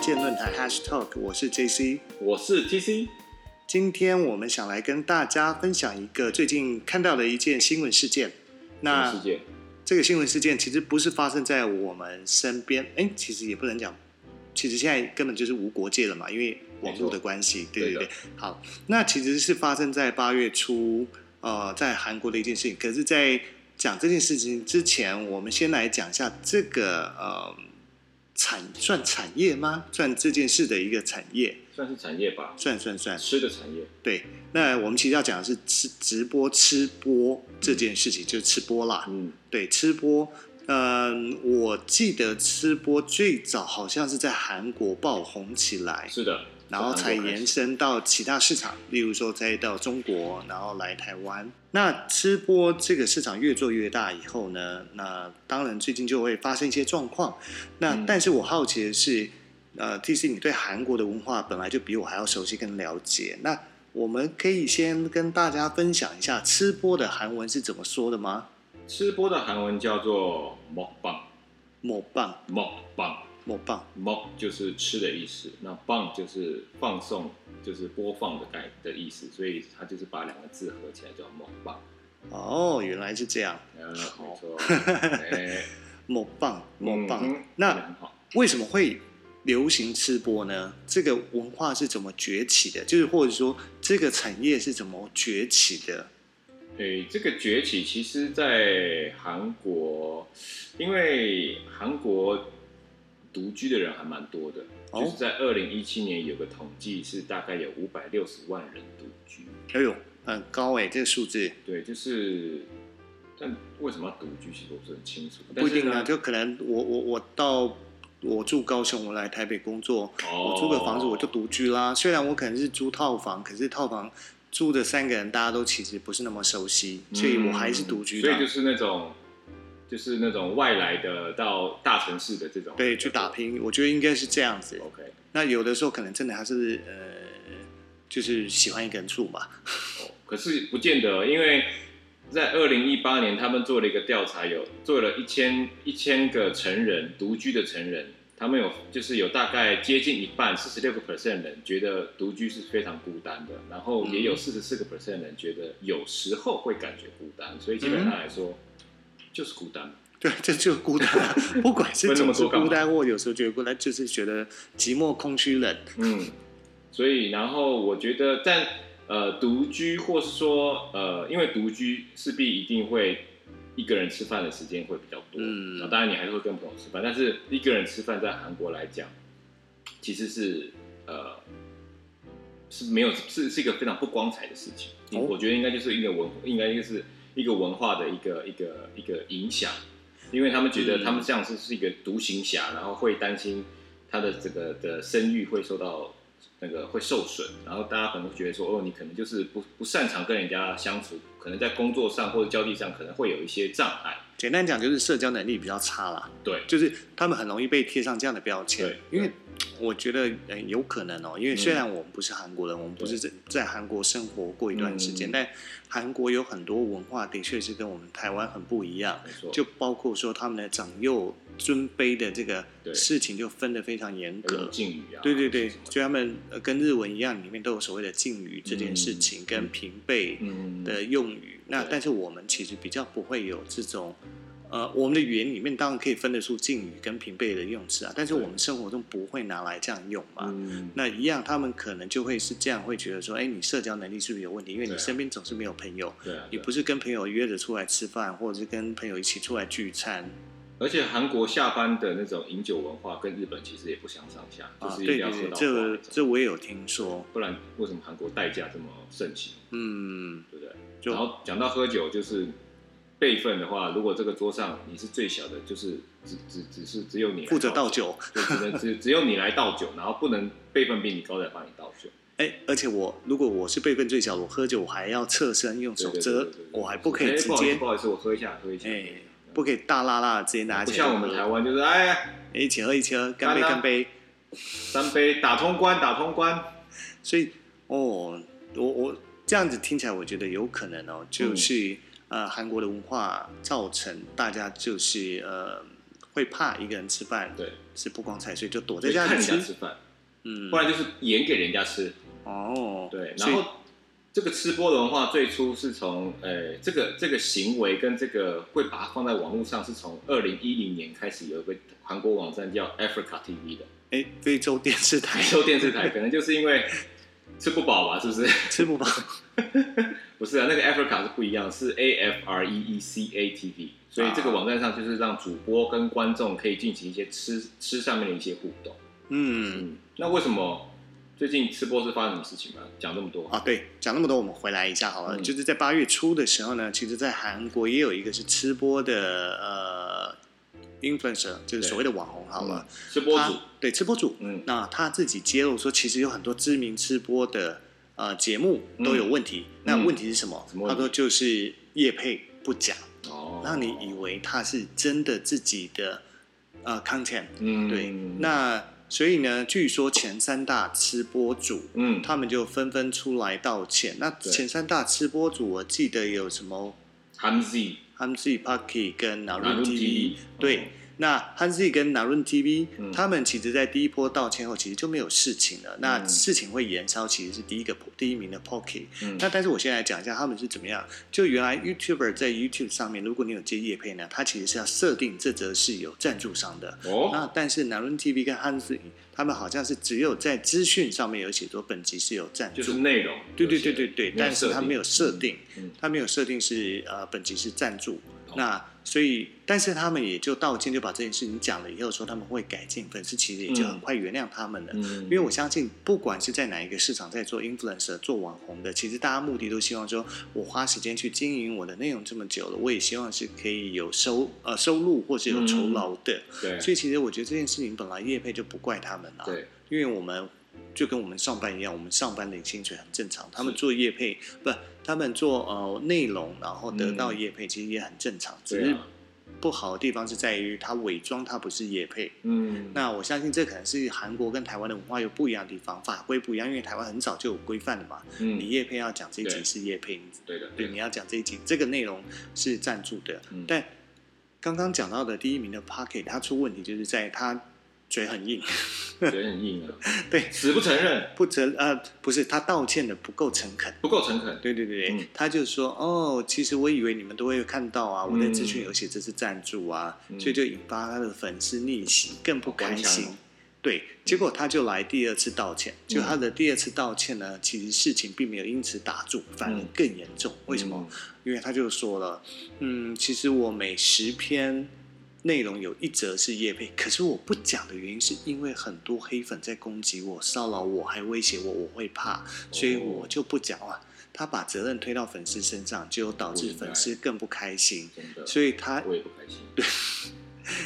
建论坛 Hash Talk，我是 JC。我是 TC，今天我们想来跟大家分享一个最近看到的一件新闻事件。世那界这个新闻事件其实不是发生在我们身边，哎，其实也不能讲，其实现在根本就是无国界了嘛，因为网络的关系。对对对的对，好，那其实是发生在八月初，呃，在韩国的一件事情。可是，在讲这件事情之前，我们先来讲一下这个呃产算产业吗？算这件事的一个产业，算是产业吧，算算算。吃的产业。对，那我们其实要讲的是吃直播吃播这件事情，就是吃播啦。嗯，对，吃播，嗯、我记得吃播最早好像是在韩国爆红起来，是的。然后才从韩国开始延伸到其他市场，例如说再到中国，然后来台湾。那吃播这个市场越做越大以后呢，那当然最近就会发生一些状况。那、嗯但是我好奇的是，呃，T C 你对韩国的文化本来就比我还要熟悉跟了解，那我们可以先跟大家分享一下吃播的韩文是怎么说的吗？吃播的韩文叫做 mukbang，mukbang，mukbang 某棒，某棒， muk 就是吃的意思，那 bang 就是放送，就是播放的概的意思，所以它就是把两个字合起来叫 mukbang。哦，原来是这样，呃，好 没错，哎，某棒，某棒。嗯那很好。为什么会流行吃播呢？这个文化是怎么崛起的？就是或者说这个产业是怎么崛起的？诶，哎这个崛起其实，在韩国，因为韩国独居的人还蛮多的，哦就是在二零一七年有个统计是大概有五百六十万人独居。哎呦，很高哎、这个数字对，就是，但为什么要独居，其实我不是很清楚。不一定啊，但是呢就可能我我我到我住高雄，我来台北工作，哦我租个房子我就独居啦。虽然我可能是租套房，可是套房住的三个人大家都其实不是那么熟悉，所以我还是独居的嗯啊。所以就是那种，就是那种外来的到大城市的这种，对，去打。拼，我觉得应该是这样子。 OK，那有的时候可能真的还是呃，就是喜欢一个人住嘛。 哦可是不见得，因为在二零一八年，他们做了一个调查，有做了一千一千个成人独居的成人，他们有就是有大概接近一半四十六个 percent 人觉得独居是非常孤单的，然后也有嗯四十四个 percent 人觉得有时候会感觉孤单，所以基本上来说、就是孤单。对，这就是孤单、 啊，不管是问那总么是多干嘛孤单，或有时候觉得孤单，就是觉得寂寞、空虚、冷。嗯，所以然后我觉得，但呃，独居或是说呃，因为独居势必一定会一个人吃饭的时间会比较多，嗯那当然你还是会跟朋友吃饭，但是一个人吃饭在韩国来讲，其实是呃是没有是是一个非常不光彩的事情，哦我觉得应该就是一个文应该就是一个文化的一个一个一个影响，因为他们觉得嗯他们这样是是一个独行侠，然后会担心他的这个的声誉会受到那个会受损，然后大家可能会觉得说，哦，你可能就是不不擅长跟人家相处，可能在工作上或者交际上可能会有一些障碍。简单讲，就是社交能力比较差啦，对，就是他们很容易被贴上这样的标签对。因为我觉得，呃，有可能哦，因为虽然我们不是韩国人，我们不是在在韩国生活过一段时间，嗯但韩国有很多文化的确是跟我们台湾很不一样。没错，就包括说他们的长幼尊卑的这个对事情，就分得非常严有一格种。敬语啊，对对对什么，的就他们呃跟日文一样，里面都有所谓的敬语这件事情，嗯跟平辈嗯的用语。那对但是我们其实比较不会有这种，呃，我们的语言里面当然可以分得出敬语跟平辈的用词啊，但是对我们生活中不会拿来这样用嘛。嗯，那一样，他们可能就会是这样，会觉得说，哎，你社交能力是不是有问题？因为你对啊身边总是没有朋友，对啊，你对啊不是跟朋友约着出来吃饭，或者是跟朋友一起出来聚餐，而且韩国下班的那种饮酒文化跟日本其实也不相上下，就啊，是一对定要对喝对，到这挂那个种这我也有听说，不然为什么韩国代驾这么盛行，嗯，对不对？就然后讲到喝酒，就是辈分的话，如果这个桌上你是最小的，就是只只只是只有你来负责倒，酒，就只能只只有你来倒酒，然后不能辈分比你高的帮你倒酒。哎，而且我如果我是辈分最小，我喝酒我还要侧身用手对对遮对对对，我还不可以哎直不好意思接不，好意思，我喝一下，喝一下，喝一下哎，不可以大辣辣地直接拿不起来像我们台湾就是哎，哎一起喝一起喝，干杯干啊干杯，三杯打通关，打通关，所以哦，我我这样子听起来，我觉得有可能嗯哦，就是、呃韩国的文化造成大家就是呃会怕一个人吃饭，对，吃不光彩，所以就躲在就家看里人家吃。吃饭，嗯不，然就是演给人家吃。哦，对，所然以后这个吃播的文化最初是从呃这个这个行为跟这个会把它放在网络上，是从二零一零年开始有一个韩国网站叫 Africa TV 的哎，非洲电视台 台州电视台，可能就是因为吃不饱吧，是不是？ 吃不饱。不是啊，那个 Africa 是不一样，是 A F R E E C A T V，所以这个网站上就是让主播跟观众可以进行一些吃吃上面的一些互动。嗯，嗯，那为什么最近吃播是发生什么事情吗？讲这么多，啊，对，讲那么多，我们回来一下好了。嗯就是在八月初的时候呢，其实，在韩国也有一个是吃播的呃 influencer，就是所谓的网红好了。嗯吃播他主，对吃播主，嗯那他自己揭露说，其实有很多知名吃播的呃节目都有问题。那问题是什么？嗯什么问他题说就是业配不讲，哦，让你以为他是真的自己的呃 content。嗯，对，那所以呢，据说前三大吃播主嗯，他们就纷纷出来道歉。那对前三大吃播主，我记得有什么 Hamzy Hanzi Parky 跟 Narun Narun TV， TV 对。那 Hanzi 跟 Narun TV，、嗯他们其实在第一波道歉后，其实就没有事情了。那嗯事情会延烧，其实是第一个第一名的 Pocky。嗯那但是我先来讲一下他们是怎么样。就原来 YouTuber 在 YouTube 上面，如果你有接业配呢，它其实是要设定这则是有赞助商的。哦，那但是南论 TV 跟汉字，他们好像是只有在资讯上面有写说本集是有赞就是助，内容，对对对对对，但是他没有设定，嗯，他没有设定是呃本集是赞助哦，那所以但是他们也就道歉，就把这件事情讲了以后说他们会改进，粉丝其实也就很快原谅他们了。嗯，因为我相信，不管是在哪一个市场，在做 influencer、做网红的，其实大家目的都希望说，我花时间去经营我的内容这么久了，我也希望是可以有收呃收入或是有酬劳的。嗯对所以其实我觉得这件事情本来业配就不怪他们啦、对，啊因为我们就跟我们上班一样，我们上班领薪水很正常，他们做业配不，他们做呃内容，然后得到嗯业配其实也很正常，只对是啊，不好的地方是在于他伪装他不是业配。嗯，那我相信这可能是韩国跟台湾的文化有不一样的地方，法规不一样，因为台湾很早就有规范了嘛。你嗯，业配要讲这一集对是业配，你对的，对，的你要讲这一集，这个内容是赞助的，嗯但刚刚讲到的第一名的 Pocket，他出问题就是在他嘴很硬，嘴很硬啊， 对死不承认，不诚呃不是他道歉的不够诚恳。不够诚恳，对对对，对嗯他就说哦，其实我以为你们都会看到啊，我在嗯资讯有写这是赞助啊，嗯所以就引发他的粉丝逆袭，更不开好心官腔哦。嗯对，结果他就来第二次道歉，就他的第二次道歉呢，其实事情并没有因此打住，反而嗯更严重。 为什么？因为他就说了，嗯，其实我每十篇内容有一则是叶配，可是我不讲的原因是因为很多黑粉在攻击我、骚扰我，还威胁我，我会怕，所以我就不讲了。他把责任推到粉丝身上，就导致粉丝更不开心，嗯？真的，所以他我也不开心，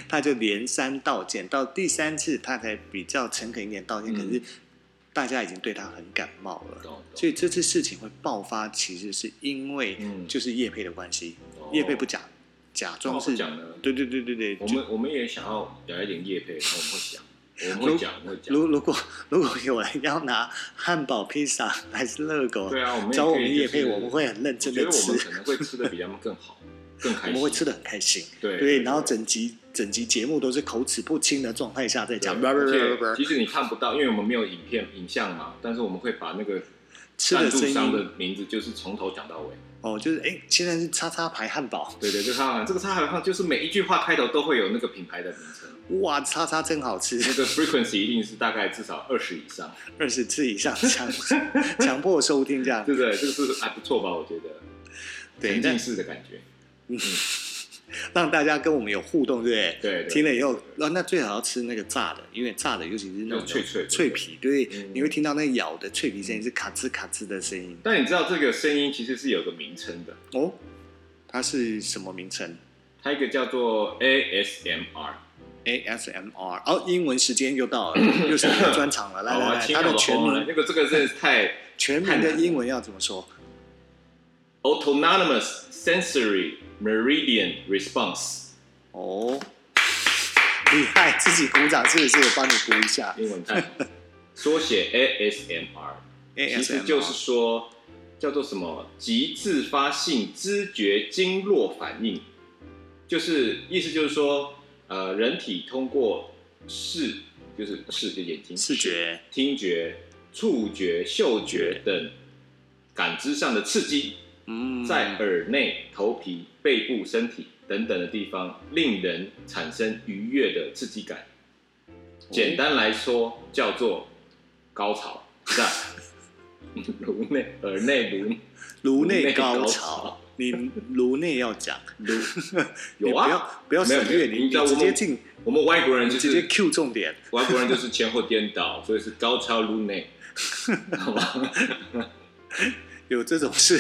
他就连三道歉，到第三次他才比较诚恳一点道歉，嗯可是大家已经对他很感冒了。懂所以这次事情会爆发，其实是因为嗯就是叶配的关系，懂叶配不讲，假装哦是不哦讲呢对对对对对，我就们我们也想要聊一点叶配，然后我们会讲，我们会讲，我们会讲，如如果 如果有人要拿汉堡、披萨还是热狗对啊，我们找我可们以叶就配，是我们会很认我真觉的得我吃们，可能会吃的比他们更好，更 开我心，们会吃的很开心。对对，然后整集整集节目都是口齿不清的状态下在讲，而且即使你看不到，因为我们没有影片影像嘛，但是我们会把那个吃的赞助声商音的名字就是从头讲到尾。哦，就是哎，现在是叉叉牌汉堡，对对，这个沙盘，这个沙盘上就是每一句话开头都会有那个品牌的名称，哇，叉叉真好吃。那 个 frequency 一定是大概至少二十以上，二十次以上强 强迫收听这样，对不对？这个是还不错吧？我觉得对沉但浸式的感觉，让大家跟我们有互动，对不对？对对听了以后，哦那那最好要吃那个炸的，因为炸的尤其是那种就脆脆的脆皮，对，嗯你会听到那咬的脆皮声音是咔吱咔吱的声音。但你知道这个声音其实是有个名称的，哦，它是什么名称它一个叫做 ASMR。 ？ASMR。哦，英文时间又 到了，又是你的专场了。来好来啊，来，亲它爱的全红人，名那个这个真的是太全名的英文要怎么说？ autonomous sensory meridian response。哦，厉害，自己鼓掌是不是？我帮你鼓一下。英文太 好缩写 ASMR，其实 ASMR 就是说叫做什么极自发性知觉经络反应，就是意思就是说呃，人体通过视就是视就眼睛、视觉，听觉、触觉、嗅觉等感知上的刺激，嗯，在耳内、头皮、背部、身体等等的地方，令人产生愉悦的刺激感。哦简单来说，叫做高潮，在 颅内、耳内、颅颅内内高高潮潮，你颅内要讲， 颅你有不啊。要不要省没有略，没有你你知道直我接们进，我们外国人就你直是接 Q 重点，外国人就是前后颠倒，所以是高潮颅 内，好吧？有这种事，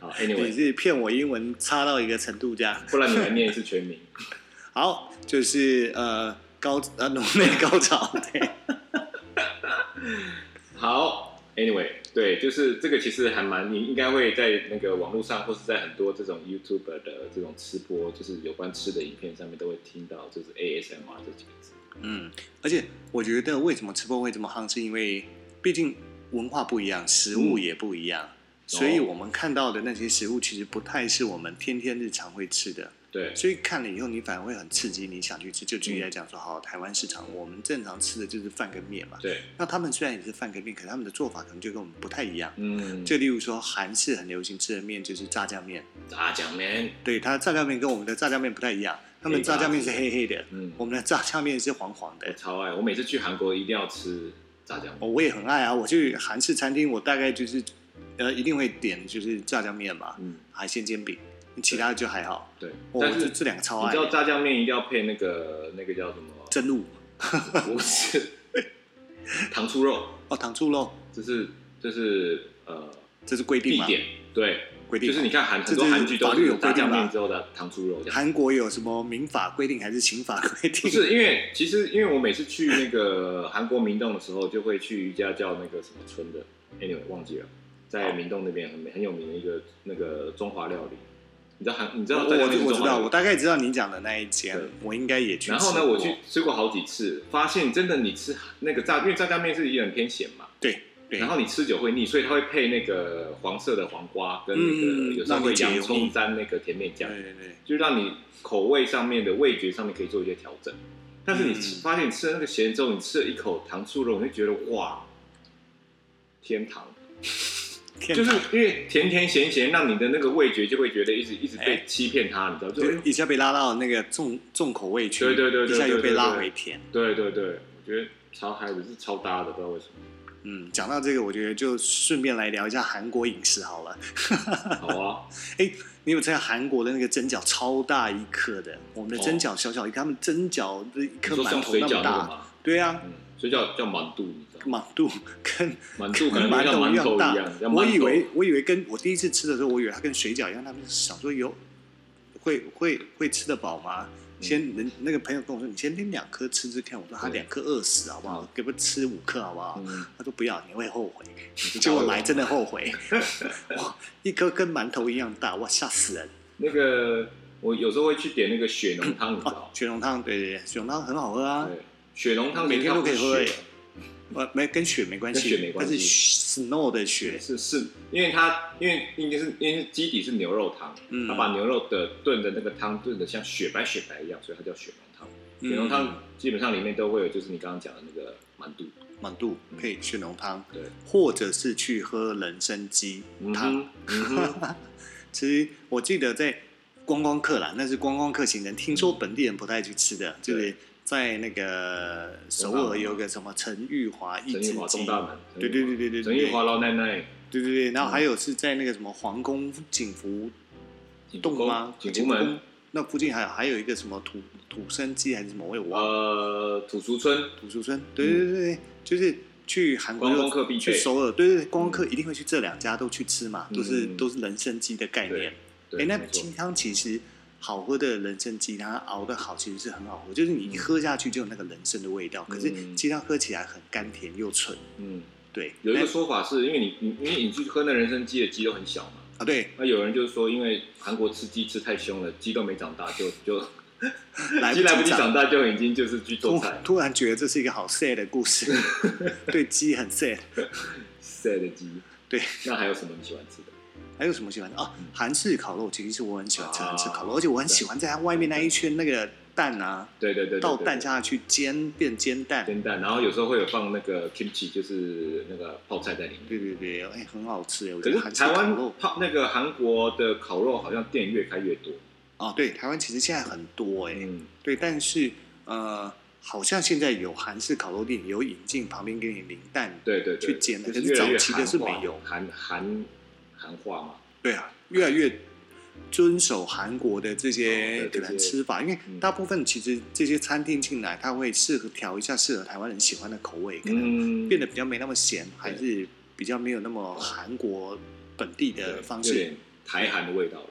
好你，anyway，是骗我英文差到一个程度这样。不然你来念一次全名。好，就是呃高呃颅内高潮，对，好，anyway，对，就是这个其实还蛮，你应该会在那个网络上或是在很多这种 YouTube 的这种吃播，就是有关吃的影片上面都会听到，就是 ASMR 这几个字。嗯，而且我觉得为什么吃播会这么夯，是因为毕竟文化不一样，食物嗯也不一哦样，所以我们看到的那些食物其实不太是我们天天日常会吃的，对，所以看了以后你反而会很刺激，你想去吃。就举例来讲说，好，台湾市场我们正常吃的就是饭跟面嘛，对，那他们虽然也是饭跟面，可是他们的做法可能就跟我们不太一样。嗯，就例如说，韩式很流行吃的面就是炸酱面，炸酱面，对，它炸酱面跟我们的炸酱面不太一样，他们黑炸炸酱面是黑黑的，嗯，我们的炸酱面是黄黄我的。超爱，我每次去韩国一定要吃炸酱面。哦我也很爱啊，我去韩式餐厅，我大概就是，呃，一定会点就是炸酱面嘛，嗯，海鲜煎饼，其他的就还好。哦对，我但就是这两个超你爱知，道炸酱面一定要配那个那个 叫什么？蒸露不是糖醋肉，哦，糖醋肉，这是这是呃这是规定必吗？点，对。规定就吗是你看韩这就很多是韩剧都法律有是规炸定酱吧面之后的糖醋肉这样。韩国有什么民法规定还是刑法规不定？是因为其实因为我每次去那个韩国明洞的时候，就会去一家叫那个什么村的，anyway 忘记了，在明洞那边很很有名的一个那个中华料理。你知道韩你知我道炸酱面是我哦我中知华料道，理我大概知道你讲的那一间对，我应该也去吃然过。后呢，我去吃过好几次，发现真的你吃那个炸，因为炸酱面是也很偏咸嘛，对对，然后你吃久会腻，所以它会配那个黄色的黄瓜跟那嗯个有时候让你会解洋腻葱沾那个甜面酱，对对对，就让你口味上面的味觉上面可以做一些调整。但是你吃嗯发现你吃了那个咸之后，你吃了一口糖醋肉，你就觉得哇，天堂！天就是哪因为甜甜咸咸，让你的那个味觉就会觉得一直一直哎被欺骗它，你知道？就就一下被拉到那个重重口味区，对对对对对一下又被拉对对回甜。对对对，我觉得超嗨的，是超搭的，不知道为什 么。嗯，讲到这个，我觉得就顺便来聊一下韩国饮食好了。好啊，你有没有吃到韩国的那个蒸饺超大一颗的，我们的哦蒸饺小小一颗，他们蒸饺的一你颗说馒像头水那饺么那大，个嘛，对啊， 嗯，水饺叫满肚，你知道吗？满肚跟满肚可能就像一馒头大一样，像馒头我以为我以为跟我第一次吃的时候，我以为它跟水饺一样，他们想说有会会会吃得饱吗？嗯先人那个朋友跟我说，你先拎两颗吃吃看。我说他对两颗饿死好不好？给不吃五颗好不好？嗯，他说不要，你会后悔。你结果来来真的后 悔，哇，一颗跟馒头一样大，哇，吓死人！那个，我有时候会去点那个血浓汤，你知哦道，？雪浓汤，对对对，雪浓汤很好喝啊，对，血浓汤每天都可以喝欸其实它不是血呃，没跟雪没关系，跟雪没关系但是 snow 的雪，是是，因为它因为应该是因为基底是牛肉汤，嗯它把牛肉的炖的那个汤炖的像雪白雪白一样，所以它叫血浓汤。嗯血浓汤基本上里面都会有，就是你刚刚讲的那个满肚，满肚嗯配雪浓汤，对，或者是去喝人参鸡嗯汤。哼，嗯 哼，其实我记得在观光客啦，那是观光客行程，听说本地人不太去吃的，就是在那个首尔有个什么陈玉华一陈只玉华鸡中，大门，对对对对对陈玉华嗯老奶奶，对对对，然后还有是在那个什么皇宫景福景福洞宫吗？景福门，那附近还有还有一个什么土土生鸡还是什么，我也忘了。呃，土俗村，土出生，对对对对，就是去韩国观光客必去备首尔，对对对，观光客一定会去这两家都去吃嘛，嗯都是都是人参鸡的概念。对哎，那没错鸡汤其实好喝的人参鸡汤它熬的好，其实是很好喝，就是你一喝下去就有那个人参的味道，可是嗯鸡汤喝起来很甘甜又醇。嗯。对，有一那个说法是因为你你因为你去喝那人参鸡的鸡都很小嘛，啊，对，那有人就是说因为韩国吃鸡吃太凶了，鸡都没长大就就来鸡来不及及长大就已经就是去做突菜突然觉得这是一个好 sad 的故事，对鸡很 sad。晒的鸡。对，那还有什么你喜欢吃的？还有什么喜欢的啊？韩式烤肉其实是我很喜欢吃嗯啊韩式烤肉，而且我很喜欢在它外面那一圈那个蛋啊，对对对对倒对蛋下去煎变煎蛋，煎蛋，然后有时候会有放那个 kimchi，就是那个泡菜在里面。对对对，哎、很好吃哎，我觉可得是韩式台烤湾肉泡那个韩国的烤肉好像店越开越多，哦，对，台湾其实现在很多哎，嗯，对，但是呃，好像现在有韩式烤肉店有引进，旁边给你淋蛋，对对对，去煎的就是可是越来越早期的是韩化没有韩韩韩化嘛，对啊，越来越遵守韩国的这哦些可对这能些吃法，因为嗯大部分其实这些餐厅进来，它会适合调一下适合台湾人喜欢的口味，可能嗯，变得比较没那么咸，还是比较没有那么韩国本地的对方有式。点台韩的味道了。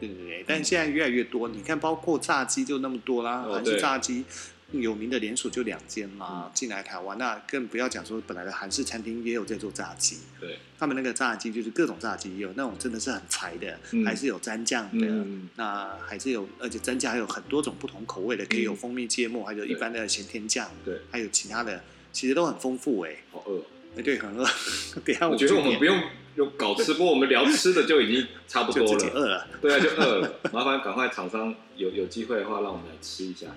对对嗯对，但现在越来越多，你看，包括炸鸡就那么多啦，哦韩式对嗯炸鸡有名的连锁就两间嘛，进来台湾，那更不要讲说本来的韩式餐厅也有在做炸鸡，对，他们那个炸鸡就是各种炸鸡，有那种真的是很柴的，嗯还是有蘸酱的，嗯，那还是有，而且蘸酱还有很多种不同口味的，可以有嗯蜂蜜芥末，还有一对般的咸甜酱，对，还有其他的，其实都很丰富哎、好饿哦。哎对，很饿。 等一下我去觉得我们点不用有搞吃播，我们聊吃的就已经差不就多自己了。饿了。对啊，就饿了。麻烦赶快厂商有有机会的话，让我们来吃一下。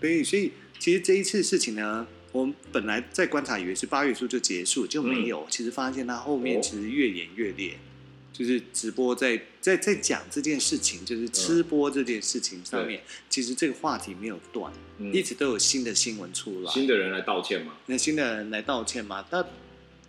对，所以其实这一次事情呢，我们本来在观察，以为是八月初就结束，就没有。其实发现它后面嗯哦其实越演越烈，就是直播在在在讲这件事情，就是吃播这件事情上面，其实这个话题没有断，嗯一直都有新的新闻出来。新的人来道歉嘛？那新的人来道歉嘛？那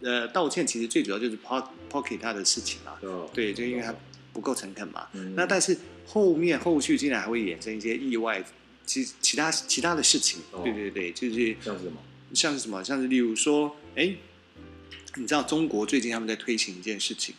呃，道歉其实最主要就是 Po- Pocket 他的事情啊，哦，对，就因为他不够诚恳嘛。嗯那但是后面后续竟然还会衍生一些意外，其其他其他的事情，哦对对对，就是像是什么？像是什么，像是例如说，哎，你知道中国最近他们在推行一件事情，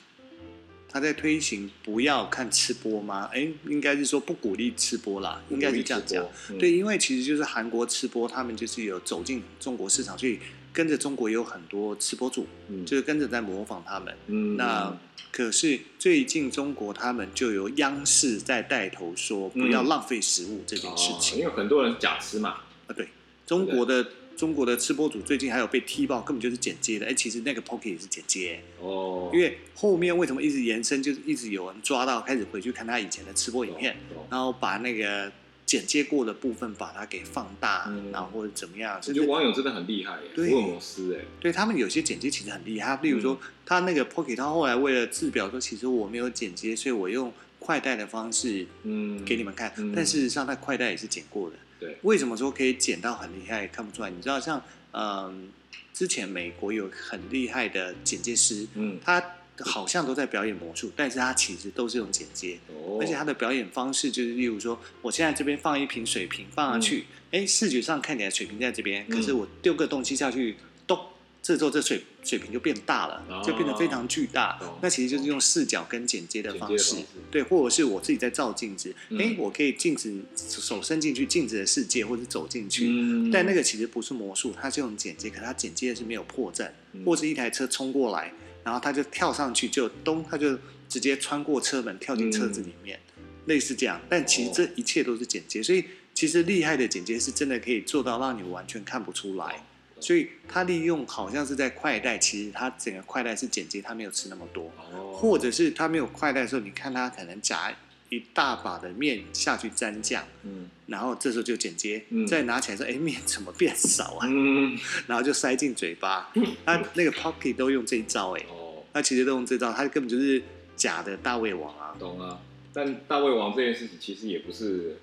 他在推行不要看吃播吗？哎，应该是说不鼓励吃播啦，应该是这样讲。嗯对，，因为其实就是韩国吃播，他们就是有走进中国市场，所以跟着中国也有很多吃播主，嗯就是跟着在模仿他们。嗯那可是最近中国他们就有央视在带头说不要嗯浪费食物这件事哦情因为很多人假吃嘛。啊，对，中国的中国的吃播主最近还有被踢爆，根本就是剪接的。哎，其实那个 Pocket 也是剪接，哦，因为后面为什么一直延伸，就是一直有人抓到，开始回去看他以前的吃播影片，懂，懂然后把那个剪接过的部分把它给放大，嗯然后或者怎么样，我甚觉至得网友真的很厉害耶，福对尔摩斯哎，对他们有些剪接其实很厉害。例如说，嗯他那个 Pocket，他后来为了制表说，其实我没有剪接，所以我用快带的方式嗯，给你们看。嗯但事实上，他快带也是剪过的。对为什么说可以剪到很厉害看不出来？你知道像，嗯，之前美国有很厉害的剪接师，嗯，他好像都在表演魔术，但是他其实都是用剪接。哦，而且他的表演方式就是，例如说，我现在这边放一瓶水瓶放下去，哎、视觉上看起来水瓶在这边，嗯可是我丢个东西下去，咚，这时候这水水瓶就变大了，哦就变得非常巨大懂。那其实就是用视角跟剪接的方式剪接的方式，对，或者是我自己在照镜子，哎、嗯我可以镜子手伸进去镜子的世界，或者走进去，嗯，但那个其实不是魔术，它是用剪接，可它剪接的是没有破绽，嗯或是一台车冲过来，然后他就跳上去，就咚，他就直接穿过车门跳进车子里面，类似这样。但其实这一切都是剪接，所以其实厉害的剪接是真的可以做到让你完全看不出来。所以他利用好像是在快带，其实他整个快带是剪接，他没有吃那么多，哦，或者是他没有快带的时候，你看他可能夹一大把的面下去沾酱。嗯然后这时候就剪接，嗯再拿起来说：“哎，面怎么变少啊？” 嗯，然后就塞进嘴巴。 他那个 Pocky 都用这一招、哎，哦，他其实都用这招，他根本就是假的大胃王啊。懂啊。但大胃王这件事情其实也不是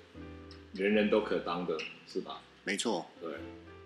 人人都可当的，是吧？没错，对，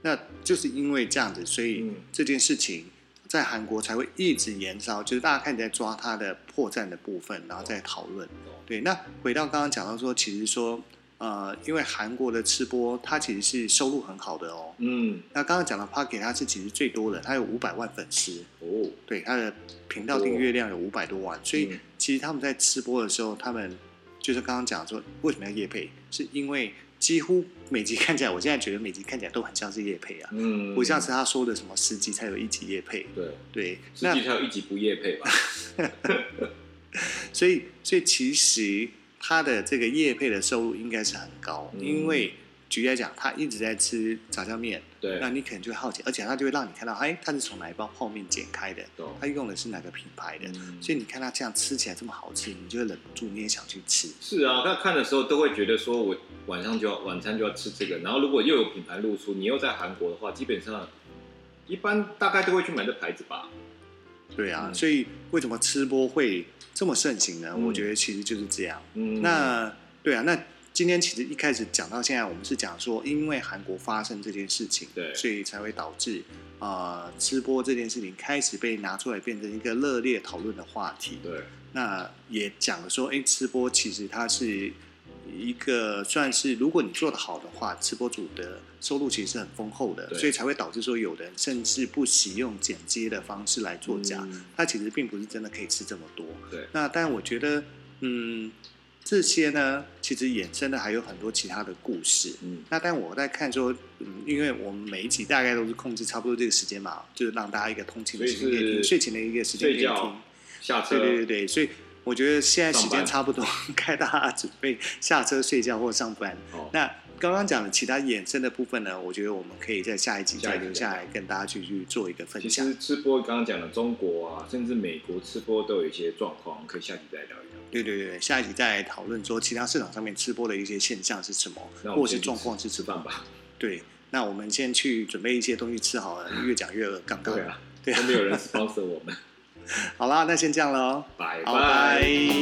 那就是因为这样子，所以嗯这件事情在韩国才会一直延烧，就是大家开始在抓它的破绽的部分，然后再讨论。懂，对，那回到刚刚讲到说，其实说。呃，因为韩国的吃播，它其实是收入很好的哦。嗯，那刚刚讲到 Pocky，它是其实最多的，它有五百万粉丝。哦，对，他的频道订阅量有五百多万，所以嗯其实他们在吃播的时候，他们就是刚刚讲说为什么要夜配，是因为几乎每集看起来，我现在觉得每集看起来都很像是夜配啊，嗯，不像是他说的什么十集才有一集夜配。对，对，实那际上有一集不夜配吧？所以所以其实他的这个夜配的收入应该是很高，嗯因为举例来讲，他一直在吃炸酱面，对，那你可能就会好奇，而且他就会让你看到，哎，他是从哪一包泡面剪开的，懂。他用的是哪个品牌的，嗯所以你看他这样吃起来这么好吃，你就会忍不住你也想去吃。是啊，那看的时候都会觉得说，我晚上就要晚餐就要吃这个，然后如果又有品牌露出，你又在韩国的话，基本上一般大概都会去买这牌子吧。对啊，嗯所以为什么吃播会这么盛行呢？嗯我觉得其实就是这样。嗯，那对啊，那今天其实一开始讲到现在，我们是讲说，因为韩国发生这件事情，对所以才会导致呃吃播这件事情开始被拿出来变成一个热烈讨论的话题。对，嗯那也讲了说，哎，吃播其实它是一个算是，如果你做得好的话，吃播主的收入其实是很丰厚的，对所以才会导致说，有人甚至不惜用剪接的方式来作假，嗯它其实并不是真的可以吃这么多。对，那但我觉得，嗯，这些呢，其实衍生的还有很多其他的故事。嗯，那但我在看说，嗯，因为我们每一集大概都是控制差不多这个时间嘛，就是让大家一个通勤的时间可以所以听，是睡前的一个时间可以睡觉听。下车对对对对，所以我觉得现在时上间班差不多， 该大家准备下车睡觉或上班。哦，那刚刚讲的其他衍生的部分呢，我觉得我们可以在下一集下一再集留再下讲来跟大家去去做一个分其享。实吃播刚刚讲的中国啊，甚至美国吃播都有一些状况，我们可以下集再聊一聊。对对对，下一集再来讨论说其他市场上面吃播的一些现象是什么，那我或们是先去状况是什吃么。饭吧。对，那我们先去准备一些东西吃 好了，越讲越饿，刚刚对。啊，对啊 都没有人 sponsor 我们，好啦，那先这样喽，拜好，拜。